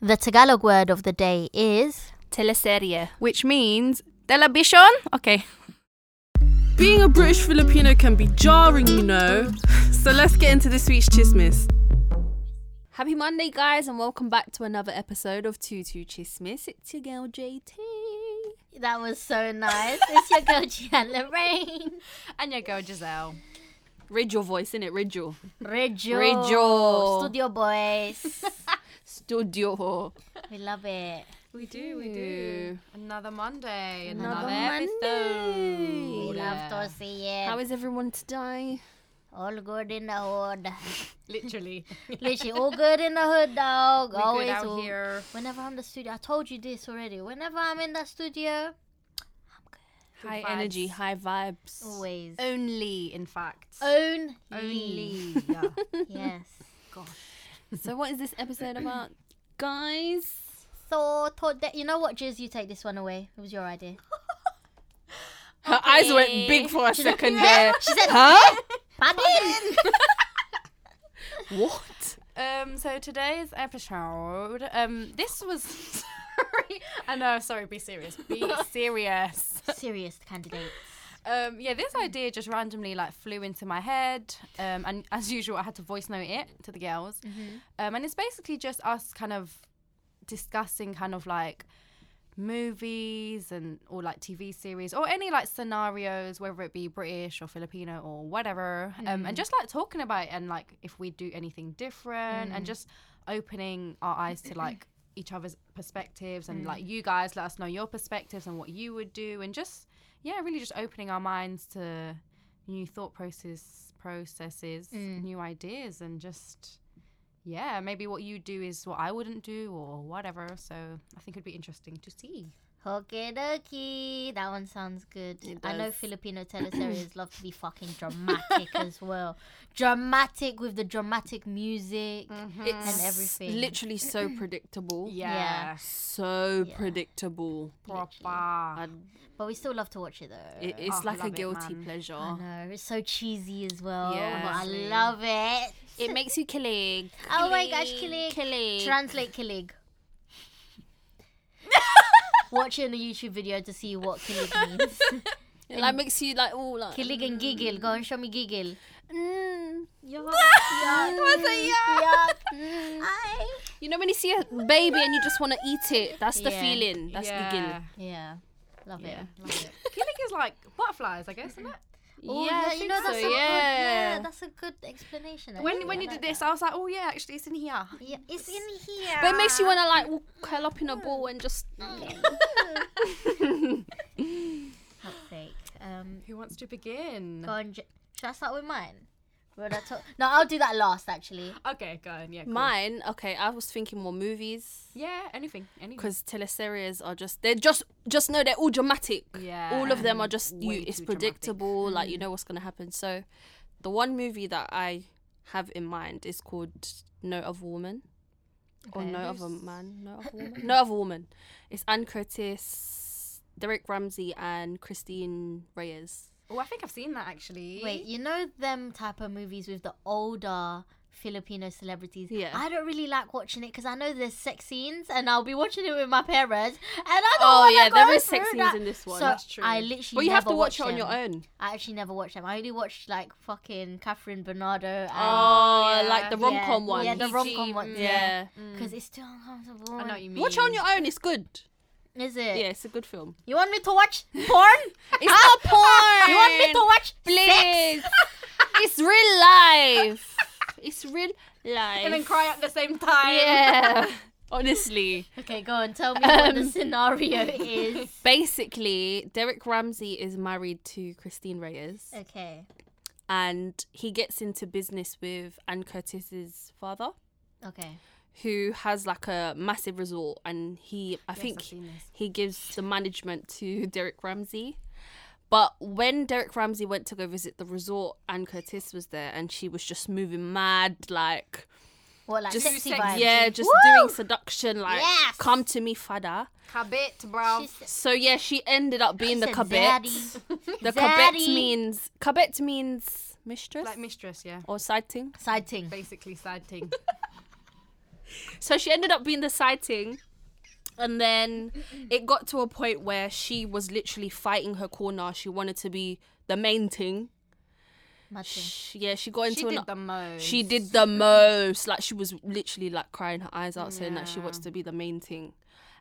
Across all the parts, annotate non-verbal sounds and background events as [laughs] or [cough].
The Tagalog word of the day is teleserie, which means television. Okay. Being a British Filipino can be jarring, you [laughs] know. So let's get into this week's chismis. Happy Monday, guys, and welcome back to another episode of Tutu Chismis. It's your girl JT That was so nice. It's your [laughs] girl Gian Lorraine. and your girl Giselle. Rid your voice, innit? Rid your Reggio. Reggio. Studio [laughs] boys. studio. we love it. We do, we do. Another Monday, Another another, Monday. episode. We love to see it. How is everyone today? all good in the [laughs] hood. Literally, Literally, all good in the hood, dog. we Always good out all- here. Whenever I'm in the studio, I told you this already. Whenever I'm in the studio, High vibes. energy, high vibes. always. [laughs] Only, in fact. Only. Only. yeah. [laughs] yes. so, what is this episode about, guys? So, thought that, you know what, Jiz, you take this one away. It was your idea. Her eyes went big [laughs] for a second there. She said, Huh? Pardon? What? Um. So today's episode. Um. This was. [laughs] sorry. I know. Sorry. Be serious. Be [laughs] serious. Serious candidate. Um. Yeah. This idea just randomly like flew into my head. Um. And [laughs] as usual, I had to voice note it to the girls. Um. And it's basically just us kind of discussing kind of like movies and or like TV series or any like scenarios, whether it be British or Filipino or whatever, um, and just like talking about it and like if we do anything different and just opening our eyes to like each other's perspectives and like you guys let us know your perspectives and what you would do and just yeah, really just opening our minds to new thought process processes, new ideas and just yeah, maybe what you do is what I wouldn't do or whatever. So I think it'd be interesting to see. Okie dokie. That one sounds good. It I know does. [clears throat] Filipino teleseries love to be fucking dramatic as well. Dramatic with the dramatic music. It's everything. literally [clears throat] so predictable. Yeah. So Yeah. predictable. Proper. But we still love to watch it though. It- it's Oh, like a love it, guilty man. I pleasure. know. It's so cheesy as well. Yeah. but I Honestly. love it. It makes you killing. Oh my gosh, Kilig. Kilig. Translate [laughs] Kilig. Watch it on a YouTube video to see what Kilig means. It like makes you like all like. Kilig and giggle. Go and show me giggle. Mm. [laughs] Yuck. [laughs] You know when you see a baby and you just want to eat it. That's the Yeah. feeling. That's yeah. [laughs] Yeah. Love it. [laughs] Killing is like butterflies, I guess, isn't it? the Oh, gill. I you think know, that's so, a yeah. Good, yeah, that's a good explanation. I When think when I you like did this, that. I was like, oh yeah, actually, it's in here. [laughs] yeah, it's in here. But it makes you want to Mm. like all curl up in a ball and just. Fuck's sake. Um, Who wants to begin? go on, J- should I start with mine? We're not talk- no, I'll do that last actually. Okay, go on. Yeah. cool. Mine. Okay, I was thinking more movies Yeah. Anything. Anything. because teleseries are just they're just just know they're all dramatic. Yeah. all of them are just Way you, it's too dramatic. predictable like you know what's going to happen so the one movie that i have in mind is called no of woman or Okay. no of a man no of a woman no of a woman it's anne curtis derek ramsey and christine reyes Oh, I think I've seen that actually. Wait, you know them type of movies with the older Filipino celebrities? Yeah. I don't really like watching it because I know there's sex scenes and I'll be watching it with my parents and I don't Oh, wanna yeah, go there is through sex scenes that. in this one, So that's true. I literally but you have never to watch it watched on your them. own I actually never watched them. I only watched like fucking Catherine Bernardo and oh yeah. like the Yeah, rom-com one Yeah, the He- rom com one. Yeah. yeah. Because it's too uncomfortable. I know what you mean. watch it on your own it's good Is it? yeah it's a good film You want me to watch porn? [laughs] it's not [laughs] porn You want me to watch Please. [laughs] it's real life. [laughs] It's real life. And [laughs] then cry at the same time. [laughs] Yeah. Honestly. Okay, go on. Tell me what Um, the [laughs] scenario is. Basically, Derek Ramsey is married to Christine Reyes Okay. and he gets into business with Anne Curtis's father. Okay. Who has like a massive resort, and he, I think, I've seen this. he gives the management to [laughs] Derek Ramsey. But when Derek Ramsey went to go visit the resort, Anne Curtis was there, and she was just moving mad, like What like just sexy sex- vibes? yeah, just Woo! doing seduction like Yes. come to me, fada. Kabit, bro. She's- So yeah, she ended up being the said cabet. [laughs] zaddy. The cabet Zaddy. means cabet means mistress like mistress, yeah. or sighting. Side ting. [laughs] Basically, sad thing. So she ended up being the sighting. And then it got to a point where she was literally fighting her corner. She wanted to be the main thing. Mad thing. She, yeah, she got into She an did the most. she did the most. Like she was literally like crying her eyes out, saying that she wants to be the main thing.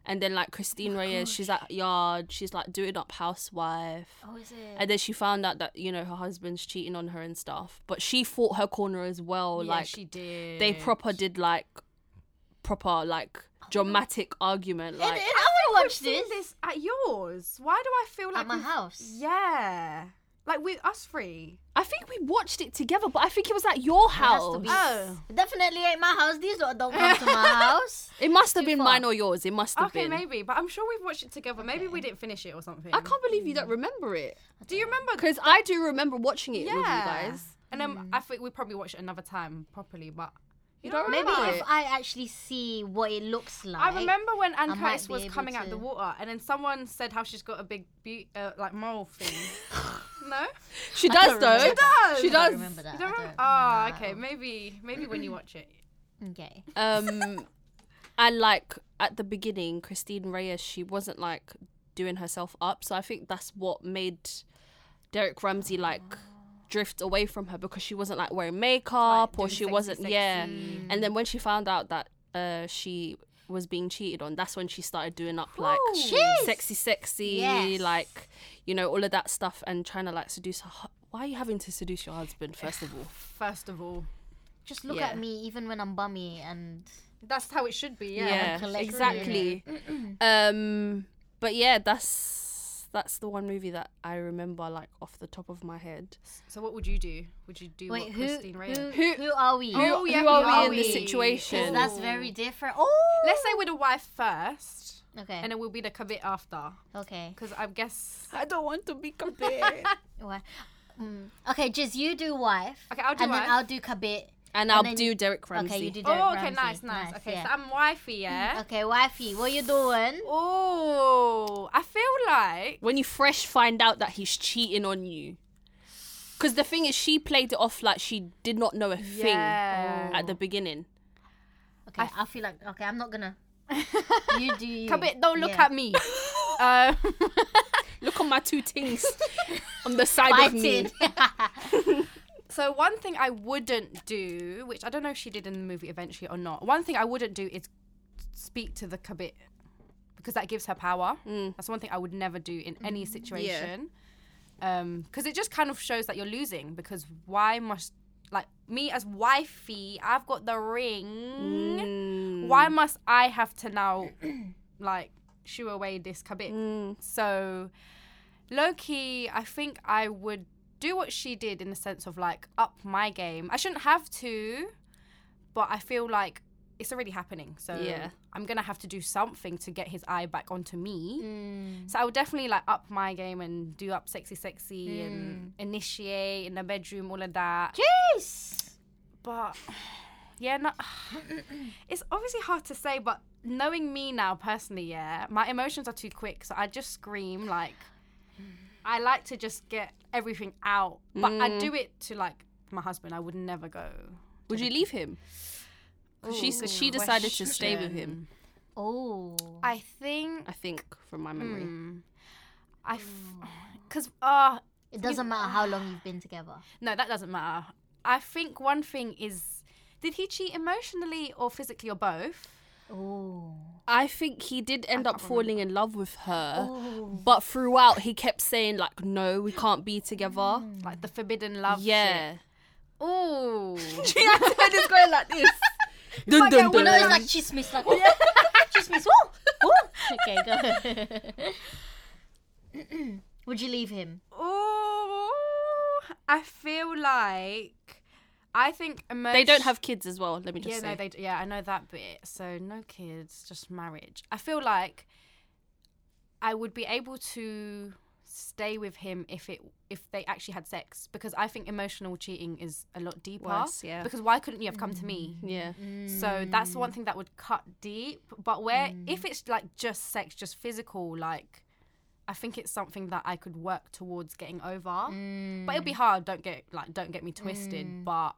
And then like Oh Christine Reyes, she's at yard. She's like doing up housewife. Oh, is it? And then she found out that you know her husband's cheating on her and stuff. But she fought her corner as well. Yeah, like she did. they proper did like Oh proper like dramatic argument. I Like want to watch seen this. this at yours. Why do I feel like at my we've- house. Yeah, like we us three. I think we watched it together, but I think it was at your It has to house. be. Oh. It Definitely ain't my house. These lot don't come to [laughs] my house. It must have Too been far. mine or yours. It must have Okay, been. maybe, but I'm sure we've watched it together. Maybe we didn't finish it or something. I can't believe you don't remember it. Do you remember? Because I do remember watching it with yeah, you guys. Mm. and um, I think we probably watched it another time properly, but You don't Maybe remember if it? I actually see what it looks like. I remember when Anne I might Curtis be was able coming out to- the water, and then someone said how she's got a big, be- uh, like mole [laughs] thing. no, She I does don't remember though. that. She I don't does. remember that. you I don't remember? don't- Ah, nah. okay, maybe, maybe when you watch it. Okay. Um, and like at the beginning, Christine Reyes, she wasn't like doing herself up. So I think that's what made Derek Ramsey like drift away from her because she wasn't like wearing makeup Like, or doing she sexy, wasn't. Yeah. sexy. And then when she found out that uh she was being cheated on, that's when she started doing up like Jeez. sexy, sexy, Yes. like you know all of that stuff and trying to like seduce her. hu- Why are you having to seduce your husband first of all? First of all, Just look Yeah. at me, even when I'm bummy, and that's how it should be. Yeah. yeah, collect exactly um but yeah that's that's the one movie that i remember like off the top of my head So what would you do? Would you do wait, what who, Christine Ray? who, Who- who are we? Oh, who, yeah, who who are, are we in this we? Because situation that's very different. Oh, Let's say we're the wife first, okay, and then we'll be the cabit after. okay. Because I guess i don't want to be [laughs] compared Wha- Mm. Okay, Jiz, you do wife. Okay, I'll do and wife. then I'll do kabit. and i'll then- do derek ramsey Okay, you do. Derek Oh, okay, Ramsey. nice, nice. Mm, Okay, yeah. so I'm wifey, yeah. Okay, wifey, what you doing? Oh, I feel like when you fresh find out that he's cheating on you because the thing is she played it off like she did not know a thing Yeah. at the beginning Okay, I, feel like okay, I'm not [laughs] gonna. You do. You. cabit. Don't look Yeah. at [laughs] me. um, look on my two [laughs] things on the side of me Fighting. [laughs] so one thing I wouldn't do, which I don't know if she did in the movie eventually or not. One thing I wouldn't do is speak to the cabit because that gives her power. That's one thing I would never do in any situation. Um, 'cause because it just kind of shows that you're losing. Because why must like me as wifey? I've got the ring. Mm. Why must I have to now [clears throat] like shoo away this cabit? So Loki, I think I would do what she did in the sense of like up my game. I shouldn't have to, but I feel like it's already happening. So Yeah. I'm gonna have to do something to get his eye back onto me. So I would definitely like up my game and do up sexy, sexy and initiate in the bedroom, all of that. Jeez. But yeah, no, [sighs] it's obviously hard to say. But knowing me now personally, yeah, my emotions are too quick, so I just scream like. I like to just get everything out, but I Mm. do it to like my husband. I would never go. would you leave him 'Cause she, Ooh, she decided to stay with him Oh. I think i think from my memory Hmm. I, [sighs] because uh, It doesn't matter how long you've been together. No, that doesn't matter. I think one thing is did he cheat emotionally or physically or both? Oh. I think he did end up falling in love with her, Oh. but throughout he kept saying like, "No, we can't be together." Like the forbidden Mm. love. Yeah, [laughs] Oh. it's going like [laughs] this. Dun, No, dun, dun. it's like chismis, [laughs] like chismis. Woo! Woo! [laughs] Okay, go. [clears throat] Would you leave him? oh. I feel like I think emotion- they don't have kids as well. Let me just Yeah, say. no, they d- yeah, I know that bit. So no kids, just marriage. I feel like I would be able to stay with him if it if they actually had sex because I think emotional cheating is a lot deeper. Worse, yeah. Mm. Because why couldn't you have come to me? yeah, Mm. So that's Mm. one thing that would cut deep. But where if it's like just sex, just physical, like I think it's something that I could work Mm. towards getting over. But it'll be hard. Don't get like don't get me twisted. But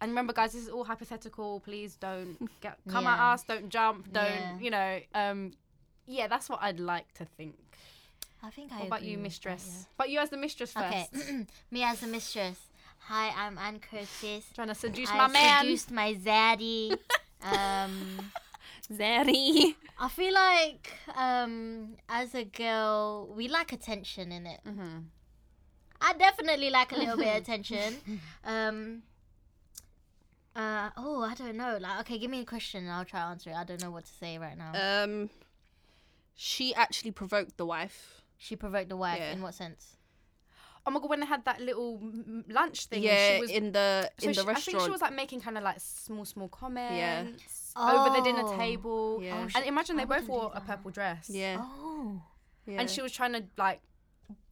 And remember, guys, this is all hypothetical. Please don't [laughs] get come at Yeah. us. Don't jump. Don't Yeah. you know? Um, yeah, that's what I'd like to think. I think I What about agree you, with that, mistress? yeah. But you as the mistress first. Okay, [clears throat] me as the mistress. Hi, I'm Anne Curtis. Trying to seduce I my man. seduced my zaddy. [laughs] um, Zeri. I feel like um, as a girl, we like attention in it. Mhm. I definitely like a little bit [laughs] of attention. Um, uh, oh, I don't know. Like, okay, give me a question and I'll try to answer it. I don't know what to say right now. Uh, Um, she actually provoked the wife. she provoked the wife. yeah. In what sense? Oh my god, when they had that little m- m- lunch thing, and yeah, she was in the so in the she- restaurant. I think she was like making kind of like small, small comments over the dinner Oh. table. Yeah. Oh, shit. And imagine I they both wouldn't do wore a that. purple dress. yeah, Oh. yeah. And she was trying to like,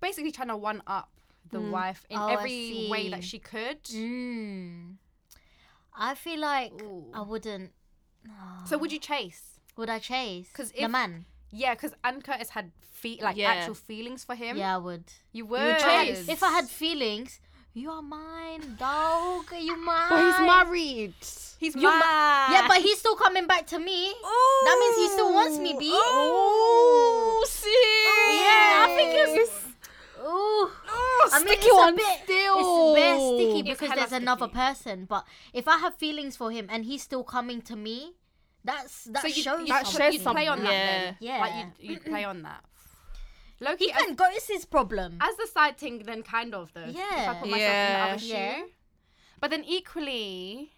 basically trying to one up the wife in Oh, I every way that see. she could. Mm. I feel like Ooh. I wouldn't. So would you chase? Would I chase? 'Cause the if- man. Yeah, because Anne Curtis had feet like Yeah. actual feelings for him. Yeah, I would. you You would. would chase. chase. If I had feelings, you are mine, dog. You mine. married. he's You ma- mad. Ah. Yeah, but he's still coming back to me. That means he still wants me, B. Oh, sis. Yeah, I think it's Ooh. oh, I mean, sticky it's a one bit- still. It's bare sticky It's because hella there's another sticky. person. But if I have feelings for him and he's still coming to me, that's that so you, shows you, That something. shows you play on something. that. Then. Yeah. Yeah. Like you you play on that. Loki, He can go. It's his problem. as the side thing then kind of though if i Yeah. put myself in the other shoe Yeah. but then equally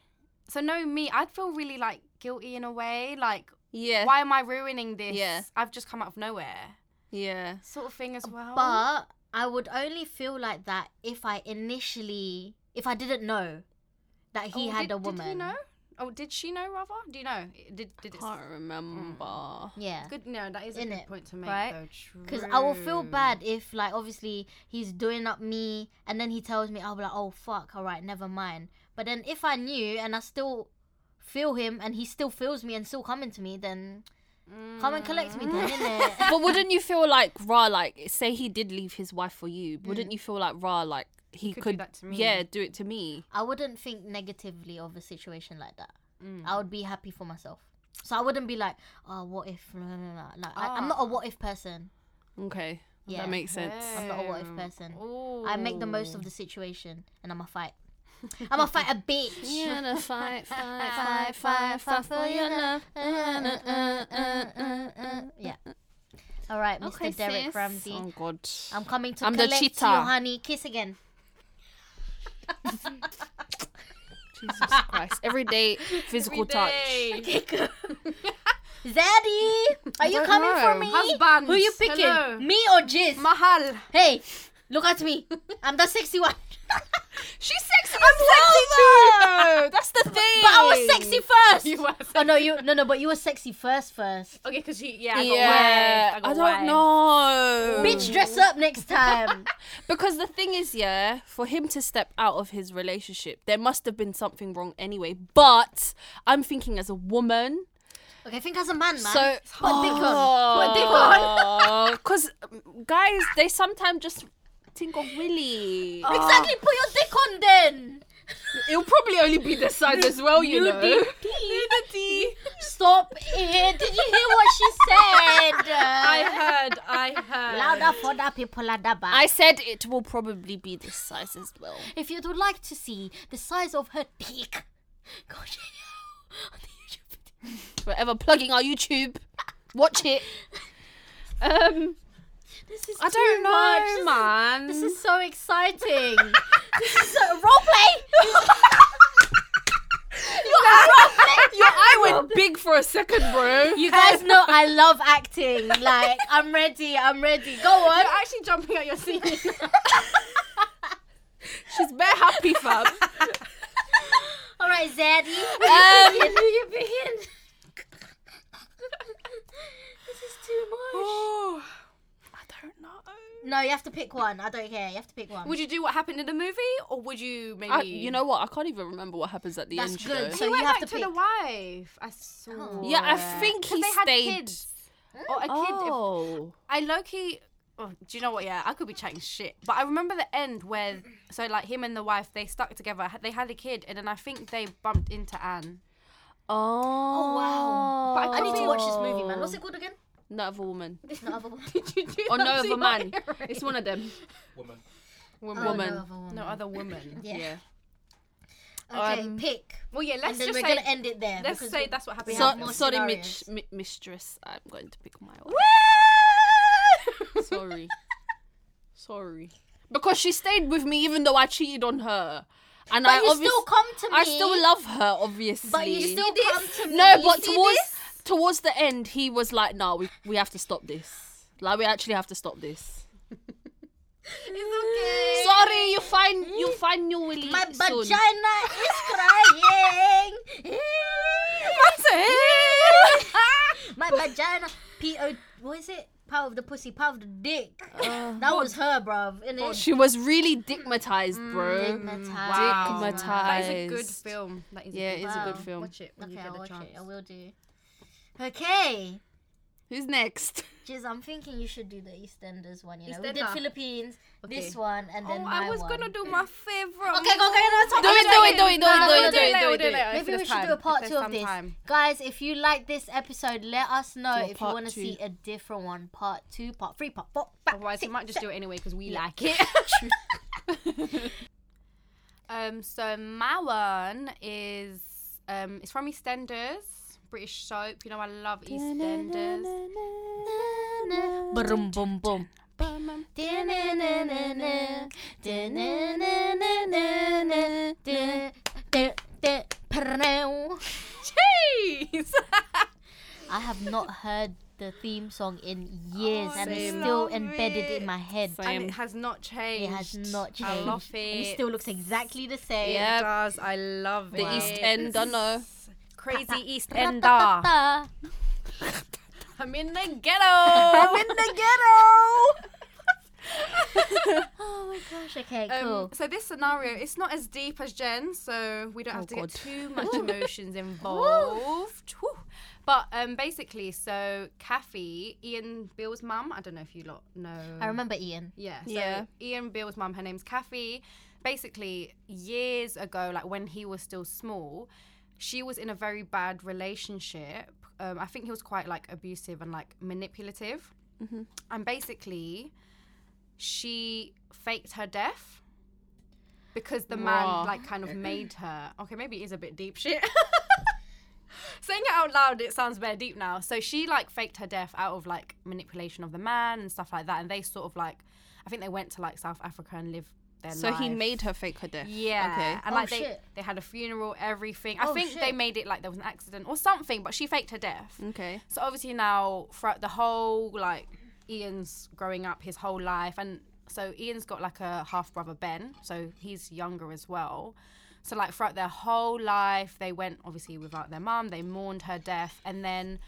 so no me i'd feel really like guilty in a way like Yeah, why am i ruining this Yeah. i've just come out of nowhere yeah. sort of thing as well But I would only feel like that if I initially, if I didn't know that he Oh, had did, a woman. did he know oh did she know rather do you know did, did it Can't remember. Mm. Yeah. good no that is a Innit, good point to make right? though Because I will feel True. bad if, like, obviously he's doing up me, and then he tells me, I'll be like, oh fuck, all right, never mind. But then if I knew and I still feel him, and he still feels me and still coming to me, then come and collect me, then [laughs] innit? but wouldn't you feel like raw? Like, say he did leave his wife for you, wouldn't you feel like raw? Like he could could, do that to me. yeah, do it to me. I wouldn't think negatively of a situation like that. I would be happy for myself. So I wouldn't be like, oh, what if? Blah, blah, blah. Like, I, I'm not a what if person. Okay, Yeah. that makes sense. I'm not a what if person. I make the most of the situation, and I'm a fight. I'm a fight a bitch. You're gonna [laughs] fight, fight, Fight, fight, fight, fight, fight fight for for your your love. yeah. All right, Mr. Derek Ramsey. Oh God. I'm coming to I'm the collect you, cheetah. honey. Kiss again. Jesus Christ. Every day, physical touch. [laughs] Zaddy, are you don't coming for know. me? Husband, Who you picking? hello. Me or Jizz? mahal hey, look at me. I'm the sexy [laughs] one. She's sexy I'm sexy too. That's the thing. But I was sexy first. you were Oh no, you no no, but you were sexy first first. okay because you yeah I got yeah, waved, I, got don't waved. know. Bitch, dress up next [laughs] time. Because the thing is, yeah, for him to step out of his relationship, there must have been something wrong anyway. But I'm thinking as a woman, okay, think as a man, man. so Put dick on. Put dick on. on. Because um, guys, they sometimes just think of Willy. Exactly, put your dick on then. It'll probably only be this side as well, you [laughs] know. Nudity. Stop it. Did you hear what she [laughs] said? I heard. I heard. Louder for the people at the back. I said it will probably be this size as well. if you would like to see the size of her dick, go [laughs] check it out on the YouTube video. Forever plugging our YouTube. Watch it. Um, [laughs] This is I too don't know, much. This is- man. This is so [laughs] exciting. this is so roleplay. Your eye went big for a second, bro. You guys know [laughs] I love acting. Like I'm ready. I'm ready. Go on. You're actually jumping at [laughs] your seat. She's bare happy, [laughs] fam. All right, Zaddy. Um, Begin, you begin. this is too much. Oh. I don't know. No, you have to pick one. I don't care. You have to pick one. would you do what happened in the movie, or would you maybe? I, you know what? I can't even remember what happens at the That's end. good. though. So He you went have back to pick. the wife. I saw. Oh. yeah, I think 'Cause he they had stayed. kids. Or a kid. If, Oh, I Loki. oh, do you know what? Yeah, I could be chatting shit. But I remember the end where, so like him and the wife, they stuck together. They had a kid, and then I think they bumped into [laughs] Anne. Oh, wow. But I, need to watch this movie, man. What's it called again? Not Oh. of a woman. No other woman. Oh, Or no of a [laughs] man. It's one of them. Woman. Oh, Woman. No woman. Other Woman. No other [laughs] woman. Yeah. Yeah. Okay, Um, pick. Well, yeah. Let's and then just we're say. gonna end it there. Let's because say we- that's what we have [laughs] So, happened. more sorry, scenarios. mich- mi- mistress. I'm going to pick my wife. [laughs] sorry. Sorry. Because she stayed with me even though I cheated on her. And But I you obviously still come to me. I still love her obviously. But you still come to me. No, You but see towards this? towards the end he was like, "No, we we have to stop this. Like we actually have to stop this." [laughs] It's okay. Sorry, you find you find new Willie My soon. vagina is crying. My vagina. P O. What is it? Power of the pussy. Power of the dick. Uh, that was her, bruv. In Oh, it. [laughs] She was really digmatized, bro. Mm. Wow. Digmatized. That is a good film. That is Yeah, a good it is a good film. Watch it when Okay, you get I'll the watch it. I chance. will do. Okay. [laughs] Who's next? Jeez, I'm thinking you should do the EastEnders one. You know, we did EastEnder. Philippines, this Okay. one, and then Oh, my I was one. gonna do my favorite. Okay, go, okay, no, talk Do it, do it, do it, do No, no, we'll it, do do it it, later, do we'll it, do do it it. later. Maybe If we there's should do a time, part if two there's of some this. time. Guys, if you like this episode, let us know Do a if you part want to two. see a different one. Part two, part three, part four. Part Otherwise, we six, might just do it anyway because we like it. um, so my one is um, it's from EastEnders, British soap. You know, I love EastEnders. Boom, boom, boom. I Jeez. have not heard the theme song in years and it's same. still Love embedded it. in my head. and it has not changed. It has not changed. I love it. And Um, it still looks exactly the same. It Yep. does. I love The it. East End, I know. [laughs] Crazy East Ender. Ra-ta-ta-ta. I'm in the ghetto. I'm in the ghetto. Oh my gosh. Okay, [laughs] Um, cool. So this scenario, it's not as deep as Jen, so we don't have to God. get too much emotions involved. Whew. But um, basically, so Kathy, Ian Bill's mum. I don't know if you lot know. I remember Ian. Yeah. So Yeah. Ian Bill's mum, her name's Kathy. Basically, years ago, like when he was still small, she was in a very bad relationship. Um, I think he was quite like abusive and like manipulative. And basically, she faked her death because the Wow. man like kind of made her. Okay, maybe it is a bit [laughs] deep shit. Saying it out loud, it sounds very deep now. So she like faked her death out of like manipulation of the man and stuff like that. And they sort of like, I think they went to like South Africa and lived their So he life. made her fake her death. Yeah, Okay. and Oh, like they, shit. they had a funeral, everything. Oh, I think they shit. made it like there was an accident or something, but she faked her death. Okay. So obviously now throughout the whole like Ian's growing up his whole life and so Ian's got like a half brother Ben, so he's younger as well. So like throughout their whole life they went obviously without their mum, they mourned her death and then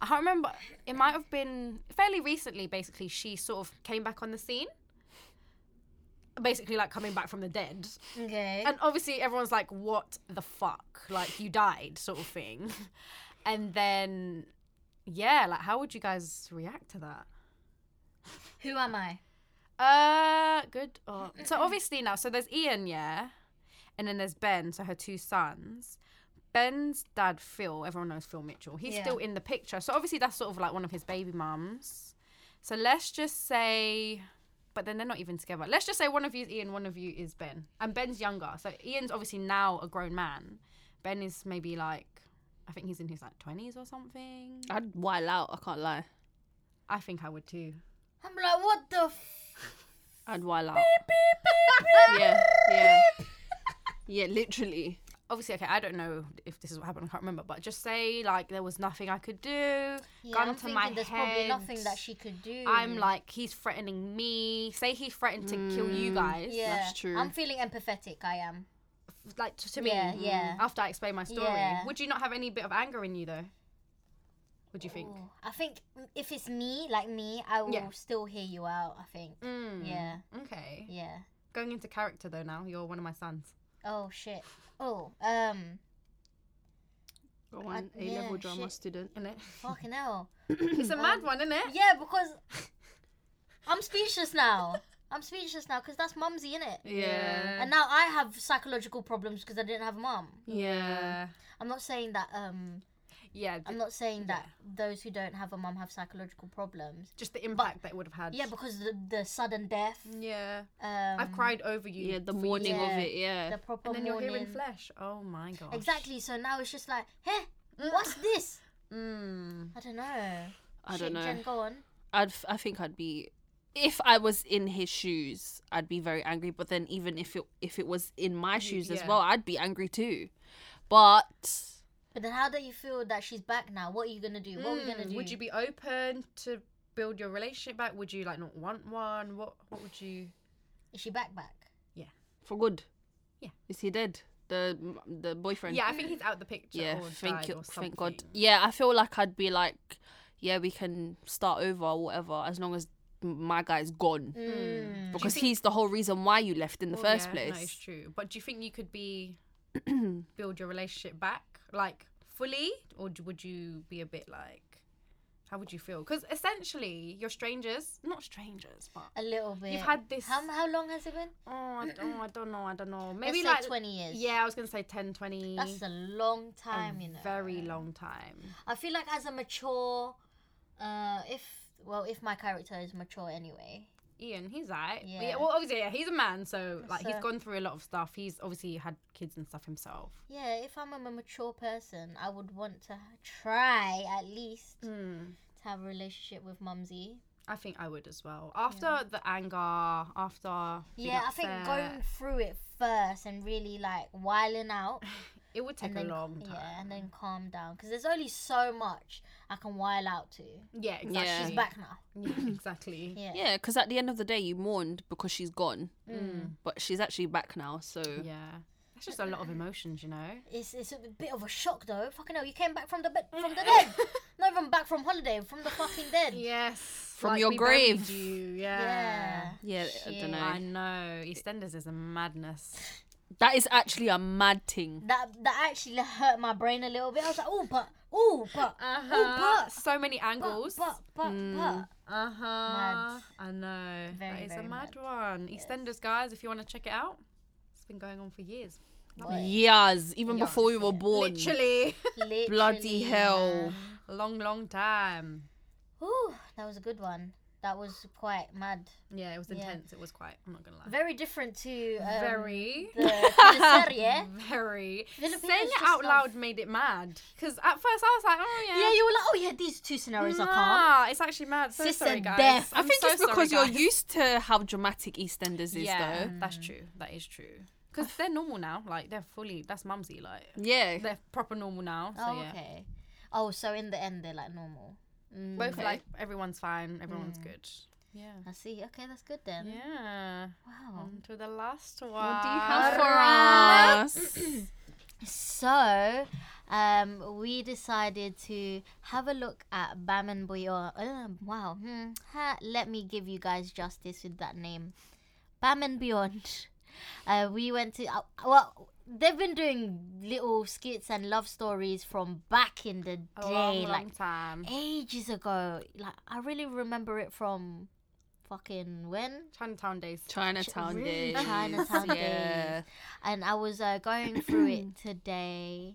I can't remember it might have been fairly recently basically she sort of came back on the scene. Basically like coming back from the dead. Okay. And obviously, everyone's like, "What the fuck? Like, you died," sort of thing. [laughs] And then, yeah, like, how would you guys react to that? Who am I? Uh, good. Or... So obviously now, so there's Ian, yeah, and then there's Ben, so her two sons. Ben's dad, Phil, everyone knows Phil Mitchell. He's Yeah. still in the picture, so obviously that's sort of like one of his baby mums. So let's just say, but then they're not even together. Let's just say one of you is Ian, one of you is Ben, and Ben's younger. So Ian's obviously now a grown man. Ben is maybe like, I think he's in his like twenties or something. I'd while out. I can't lie. I think I would too. I'm like, what the f- I'd while out. yeah. Yeah. Yeah. Literally. obviously okay i don't know if this is what happened i can't remember but just say like there was nothing i could do yeah, gun I'm to thinking my there's probably head nothing that she could do. i'm like he's threatening me say he threatened to kill you guys Mm, yeah, that's true. I'm feeling empathetic. I am. like to, to me mm, Yeah, yeah. after i explain my story Yeah. would you not have any bit of anger in you though would you think Ooh. I think if it's me, like me, I will Yeah. still hear you out. I think. Mm. Yeah, okay yeah. going into character though now you're one of my sons Oh shit. Oh, um, Got one I- A-level yeah, drama shit. [laughs] [laughs] student. isn't it fucking hell. [laughs] it's a mad one isn't it Yeah, because I'm speechless now. I'm speechless now because that's mumsy, innit? Yeah. And now I have psychological problems because I didn't have a mum. Yeah. I'm not saying that. Um, Yeah, I'm not saying that those who don't have a mum have psychological problems. just the impact that it would have had. Yeah, because the, the sudden death. yeah. Um, Mm. I've cried over you. Yeah, the for mourning years. of yeah, it, yeah. The proper And then you're here in mourning. flesh. Oh my god. Exactly. So now it's just like, hey, [laughs] what's this? Mm. I don't know. I don't know. Jen, go on. I'd f- I think I'd be if I was in his shoes, I'd be very angry. But then even if it if it was in my shoes as Mm-hmm, yeah. well, I'd be angry too. But But then, how do you feel that she's back now? What are you gonna do? What are we gonna Mm. do? Would you be open to build your relationship back? Would you like not want one? What What would you? Is she back? Back? for good, Yeah. is he dead? The the boyfriend. Yeah, I think he's out the picture. yeah. or Thank died you, or thank God. something. Yeah, I feel like I'd be like, yeah, we can start over or whatever, as long as m- my guy's gone, Mm. Mm. because he's the whole reason why you left in the Well, first Oh, yeah, place. That is true. But do you think you could [clears throat] be build your relationship back like fully, or d- would you be a bit like? How would you feel? Because essentially, you're strangers. Not strangers, but A little bit. you've had this. How how long has it been? oh, I don't, I don't know. I don't know. Maybe Let's like say twenty years. Yeah, I was gonna say 10, 20. That's a long time, a you know. very long time. I feel like as a mature, uh, if well, if my character is mature anyway, Ian, he's right. Yeah. Yeah. Well, obviously, yeah, he's a man, so like he's So- gone through a lot of stuff. He's obviously had kids and stuff himself. yeah, if I'm a mature person, I would want to try at least Mm. to have a relationship with Mumsy. I think I would as well. After the anger, after being Yeah, I think upset, going through it first and really like whiling out, it would take and then a long time. yeah, and then calm down because there's only so much I can while out to. Yeah, exactly. Yeah. She's back now. Yeah, exactly. [laughs] Yeah. Yeah, because at the end of the day, you mourned because she's gone, but she's actually back now. So Mm. yeah, that's just a lot of emotions, you know. It's, it's a bit of a shock though. Fucking hell, you came back from the bed from the dead. Not even back from holiday, from the fucking dead. Yes, From your we buried grave. You. Yeah. yeah, Yeah. I Shit. don't I know. know. EastEnders is a madness. That is actually a mad thing. That that actually hurt my brain a little bit. I was like, oh, but oh, but Uh-huh. oh, but so many but angles. but but, but. Uh huh. I know. Very, that is a very mad, one. EastEnders, guys, if you want to check it out, it's been going on for years. Years, even before we were born. Literally. [laughs] Literally, Bloody hell. man. long, long time. Whew, that was a good one. That was quite mad. Yeah, it was intense. It was quite, I'm not going to lie. Very different to um, Very. [laughs] the teleserie. Very. Filipinos Saying it just out love- loud made it mad. Because at first I was like, oh yeah. Yeah, you were like, oh yeah, these two scenarios are calm. Nah, it's actually mad. So Sister sorry, guys. death. I I'm think so it's because sorry, you're guys. used to how dramatic EastEnders is, Yeah, though. that's true. That is true. Because they're normal now. Like they're fully. That's mumsy. Like Yeah. they're proper normal now. So Oh, yeah. okay. Oh, so in the end, they're like normal. Mm, Both Okay. like everyone's fine, everyone's good. Mm. Yeah. Um, I see. Okay, that's good then. Yeah. Wow. On to the last one. What do you have for Alright. us? So, um, we decided to have a look at Bam and Booyah. Uh, wow. Hmm. Ha, let me give you guys justice with that name. Bam and Beyond. [laughs] Uh, we went to uh, well, they've been doing little skits and love stories from back in the day, A [laughs] long, like long time. ages ago. Like I really remember it from fucking when Chinatown days. [clears throat] Chinatown really days. Chinatown days. yeah. and I was uh, going through it today,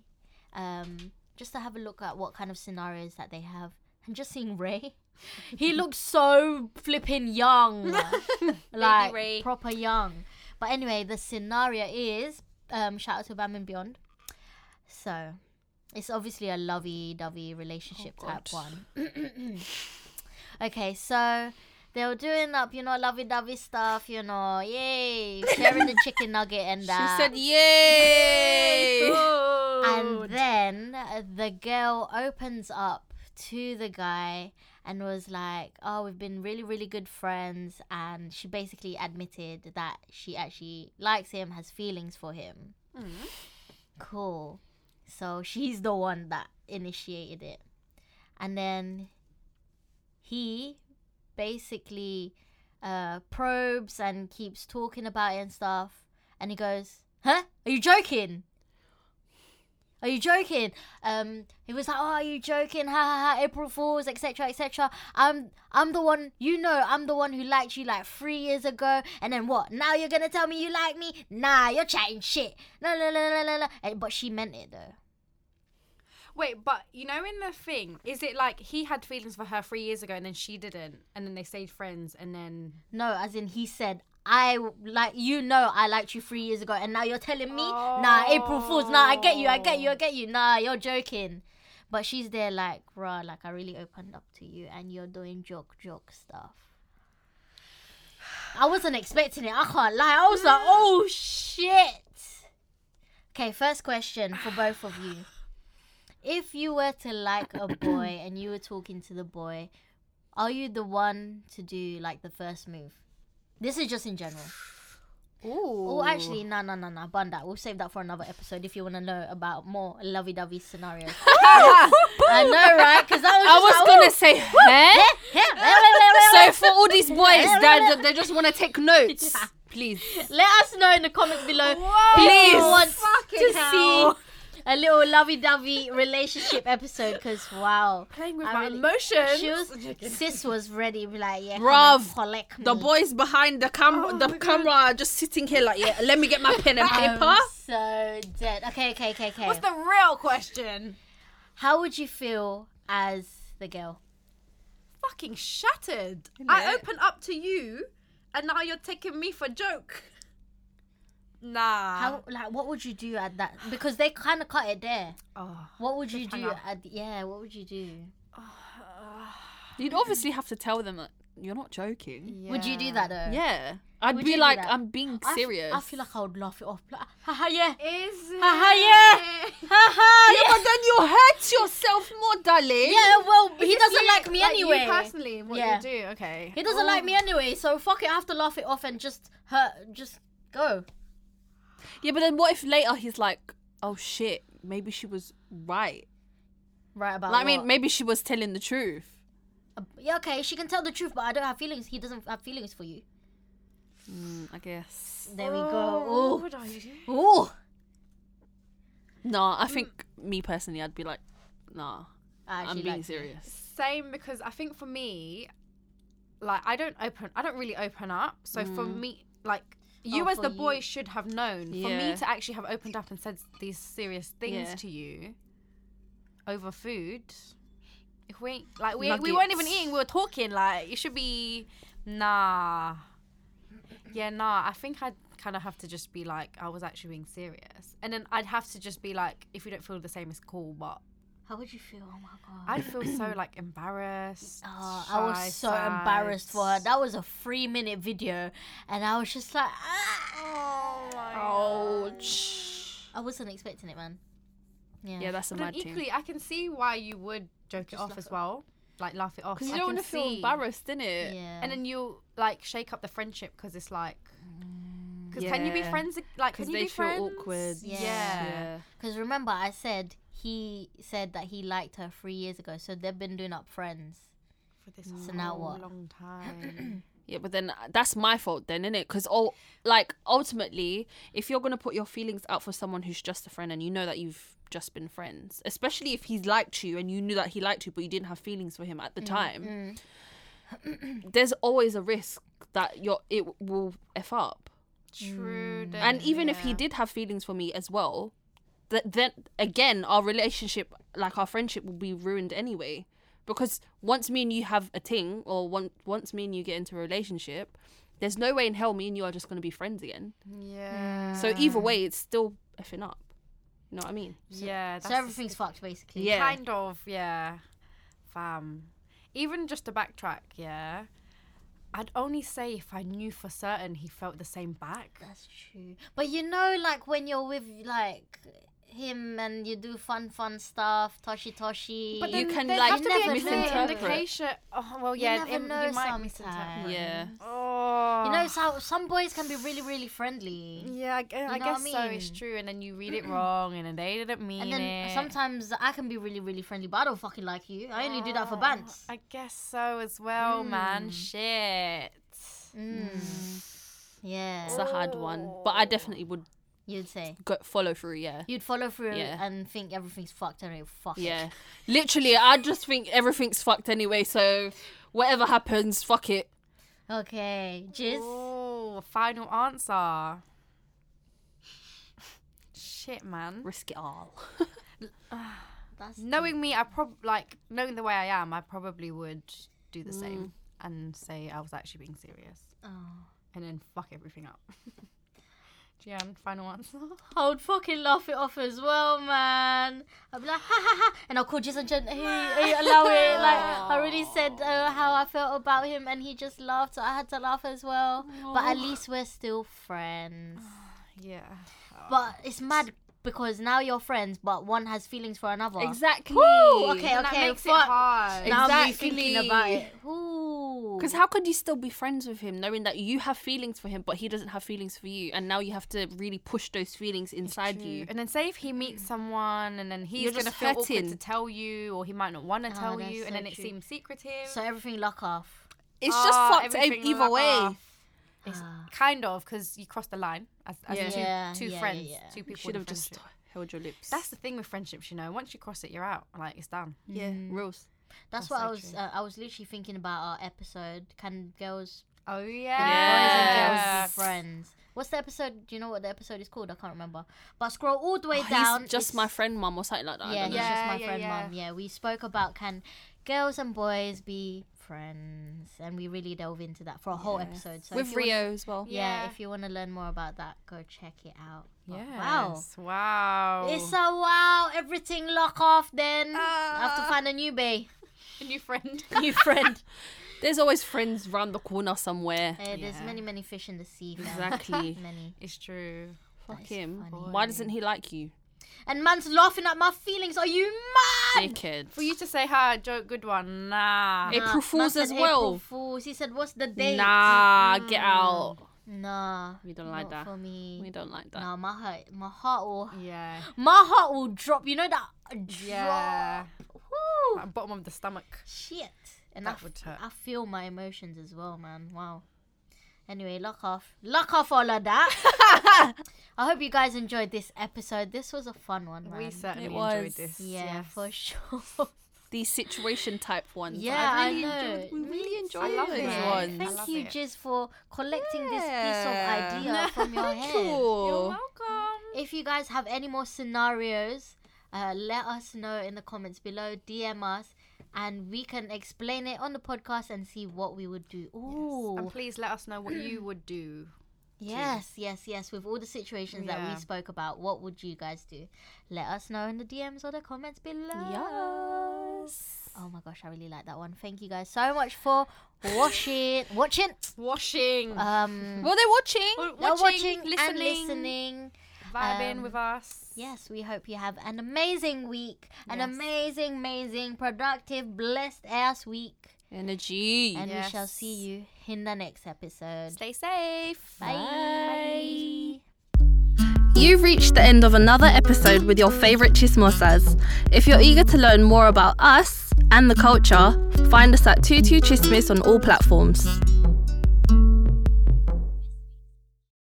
um, just to have a look at what kind of scenarios that they have, and just seeing Ray. [laughs] He looks so flipping young, like Ray. proper young. But anyway, the scenario is um, shout out to Bam and Beyond. So it's obviously a lovey-dovey relationship type one. [clears throat] okay, so they were doing up, you know, lovey-dovey stuff, you know, yay, sharing the chicken nugget and She that. said, "Yay!" and then uh, the girl opens up to the guy and was like, "Oh, we've been really, really good friends," and she basically admitted that she actually likes him, has feelings for him. Cool. So she's the one that initiated it, and then he basically uh, probes and keeps talking about it and stuff. And he goes, "Huh? Are you joking?" Are you joking? Um, he was like, "Oh, are you joking? Ha ha ha! April Fools, etc. etc. I'm I'm the one you know. I'm the one who liked you like three years ago, and then what? Now you're gonna tell me you like me? Nah, you're chatting shit. La la la la la la." Eh, But she meant it though. Wait, but you know, in the thing, is it like he had feelings for her three years ago and then she didn't, and then they stayed friends, and then No, as in he said, I w- like you know I liked you three years ago, and now you're telling me, nah, April Fools, nah, I get you, I get you, I get you, nah, you're joking. But she's there like, bruh, like I really opened up to you, and you're doing joke joke stuff. I wasn't expecting it. I can't lie. I was like, oh shit. Okay, first question for both of you. If you were to like a boy and you were talking to the boy, are you the one to do like the first move? This is just in general. Ooh. Oh, actually, no, no, no, no. Bun that. We'll save that for another episode if you want to know about more lovey-dovey scenarios. I know, right? Because that was. I was just oh. gonna say, huh? gonna. so for all these boys that they just want to take notes, please. Let us know in the comments below. Please. Please want Fucking to hell. see a little lovey-dovey relationship episode. Because wow, playing with I my really- emotions. she was sis was ready. Be like, yeah, Bruv, come and collect me. The boys behind the camera, Oh, the camera, are just sitting here like, yeah. Let me get my pen and paper. I'm so dead. Okay, okay, okay, okay. What's the real question? How would you feel as the girl? Fucking shattered. I it? open up to you, and now you're taking me for joke. Nah. How like what would you do at that? Because they kind of cut it there. Oh. What would you do Cliffhanger. at the, yeah? What would you do? You'd obviously have to tell them that you're not joking. Would you do that though? Yeah, I'd Would you be do like, that? I'm being I f- serious. I feel like I would laugh it off. Like, haha, [laughs] yeah. Is it? Haha, yeah. yeah, Haha, but then you hurt yourself more, darling. yeah. Yeah, well, he Is doesn't you- like Oh. me you anyway. personally, what Yeah. you do? Okay. Oh He doesn't like me anyway, so fuck it. I have to laugh it off and just hurt, just go. Yeah, but then what if later he's like, oh shit, maybe she was right. Right about. Like, I what? Uh, mean, maybe she was telling the truth. yeah, okay. She can tell the truth, but I don't have feelings. He doesn't have feelings for you. Mm, I guess. There we Oh, What go. would I do? Ooh, ooh. No, I think me personally, I'd be like, nah, I actually I'm being like- serious. Same because I think for me, like I don't open, I don't really open up. So for me, like you Oh, as for the boy you. should have known. For Yeah. me to actually have opened up and said these serious things Yeah. to you over food, if we ain't- like we we weren't Nuggets. even eating, we were talking. Like it should be nah, yeah nah. I think I'd kind of have to just be like I was actually being serious, and then I'd have to just be like, if you don't feel the same, it's cool, but. How would you feel? Oh my god. I'd feel so like embarrassed. Oh, I shy, was so sad. embarrassed for her. That was a three minute video, and I was just like, ah. Ouch. I wasn't expecting it, man. Yeah. Yeah, that's a But then mad equally, I can see why you would joke it Just off laugh as it well, like laugh it off. Because you I don't can want to feel see. embarrassed, innit? Yeah. and then you like shake up the friendship because it's like, because can you be Yeah. friends? Like, Because can you they be feel friends? awkward. Yeah. yeah. Because remember, I said he said that he liked her three years ago, so they've been doing up friends. For this So now whole what? [clears throat] long time. Yeah, but then uh, that's my fault then, isn't it? Because all like ultimately, if you're gonna put your feelings out for someone who's just a friend and you know that you've just been friends, especially if he liked you and you knew that he liked you, but you didn't have feelings for him at the Mm, time, there's always a risk that your it w- will f up. True. then, And even if he yeah. did have feelings for me as well, that then again our relationship, like our friendship, will be ruined anyway. Because once me and you have a ting, or one, once me and you get into a relationship, there's no way in hell me and you are just going to be friends again. yeah, So either way, it's still effing up. You know what I mean? yeah, that's so everything's fucked, basically. Yeah. kind of yeah fam even just to backtrack yeah i'd only say if i knew for certain he felt the same back That's true. But you know, like when you're with like him and you do fun, fun stuff, toshi toshi. But then- You can, there'd like, have to never be a clear misinterpret. indication oh well yeah never it, know you might sometimes. misinterpret Yeah. oh you know, so some boys can be really, really friendly. yeah, I, gu- I what I guess so. It's mean? true, and then you read it wrong, and then they didn't mean And then it. sometimes I can be really, really friendly, but I don't fucking like you. I only do that for bants. I guess so as well, man. Shit. Mm. Yeah. Mm. It's a hard one. But I definitely would You'd say go, follow through. Yeah, you'd follow through Yeah. and think everything's fucked and it fuck. it. [laughs] yeah. Literally, I just think everything's fucked anyway. So whatever happens, fuck it. Okay, jizz. Oh, final answer. Shit, man. Risk it all. That's Knowing me, I prob like knowing the way I am, I probably would do the same Mm. and say I was actually being serious, Oh. and then fuck everything up. [laughs] Gian, final answer. I would fucking laugh it off as well, man. I'd be like, ha ha ha, and I'll call Jason Jen, [laughs] hey, hey, allow it. Like, I already said uh, how I felt about him, and he just laughed, so I had to laugh as well. But at least we're still friends. Yeah. But it's mad because now you're friends, but one has feelings for another. Exactly. Woo, okay, And that okay, makes it fuck. hard. Now I'm Exactly. thinking about it. Ooh. Because how could you still be friends with him knowing that you have feelings for him, but he doesn't have feelings for you, and now you have to really push those feelings inside you? Mm. And then say if he meets someone and then he's You're gonna just Ah, feel awkward hurting. to tell you or he might not wanna tell that's you so and then it true. seems secretive. So everything luck off. It's Ah, just fucked e- everything either like way. that. It's Ah, kind of because you cross the line as, as Yeah. two, Yeah, two yeah, yeah, friends, yeah. two people. Should in a have just friendship. held your lips. That's the thing with friendships, you know. Once you cross it, you're out. Like it's done. yeah, rules. That's, That's what so I was. true. Uh, I was literally thinking about our episode. Can girls, Oh can yeah. boys and girls be friends? What's the episode? Do you know what the episode is called? I can't remember. But scroll all the way Oh, He's down. just it's- my friend, mum, or something like that. I Yeah, don't he's know. yeah. just my yeah, friend, yeah. mum. Yeah, we spoke about can girls and boys be friends, and we really dove into that for a whole episode. So if with you wanna- Rio as well. yeah, Yeah. if you want to learn more about that, go check it out. But Wow. Yes. Wow. It's a wow, everything lock off then. I have to Ah. find a new bay, a new friend. [laughs] new friend. There's always friends round the corner somewhere. Uh, There's Yeah. many, many fish in the sea. fam. [laughs] Exactly. [laughs] many. It's true. Fuck is him. funny. Why doesn't he like you, And man's laughing at my feelings. Are you mad? dickhead? For you to say hi, joke, good one. Nah. April man Fools said as well. April Fools. He said, "What's the date?" Nah, get Mm. out. Nah. We don't like not that. For me. We don't like that. Nah, my heart, my heart will, yeah. my heart will drop. You know that drop. Yeah. Woo. Like, bottom of the stomach. Shit. And I, That f- would hurt. I feel my emotions as well, man. Wow. Anyway, lock off. Lock off all of that. I hope you guys enjoyed this episode. This was a fun one, man. We certainly It enjoyed was. this. yeah, yes. for [laughs] sure. These situation type ones. yeah, I I, really know. enjoyed. We Me really too. enjoyed love those it. Yeah. ones. I Thank love you, it. Jizz, for collecting this piece of idea from [laughs] your head. You're Cool. welcome. If you guys have any more scenarios, uh, let us know in the comments below. DM us, and we can explain it on the podcast and see what we would do. Ooh, And please let us know what you [clears throat] would do. yes, yes, yes. With all the situations that we Yeah. spoke about, what would you guys do? Let us know in the DMs or the comments below. Yes. Oh my gosh, I really like that one. Thank you guys so much for watching, [laughs] watching, Washing. um, Were they watching? watching, yeah, watching and listening, listening. vibing Um, with us. Yes, we hope you have an amazing week, an Yes. amazing, amazing, productive, blessed ass week. Energy. And we shall see Yes. you in the next episode. Stay safe. Bye. You've reached the end of another episode with your favourite Chismosas. If you're eager to learn more about us and the culture, find us at Tutu Chismis on all platforms.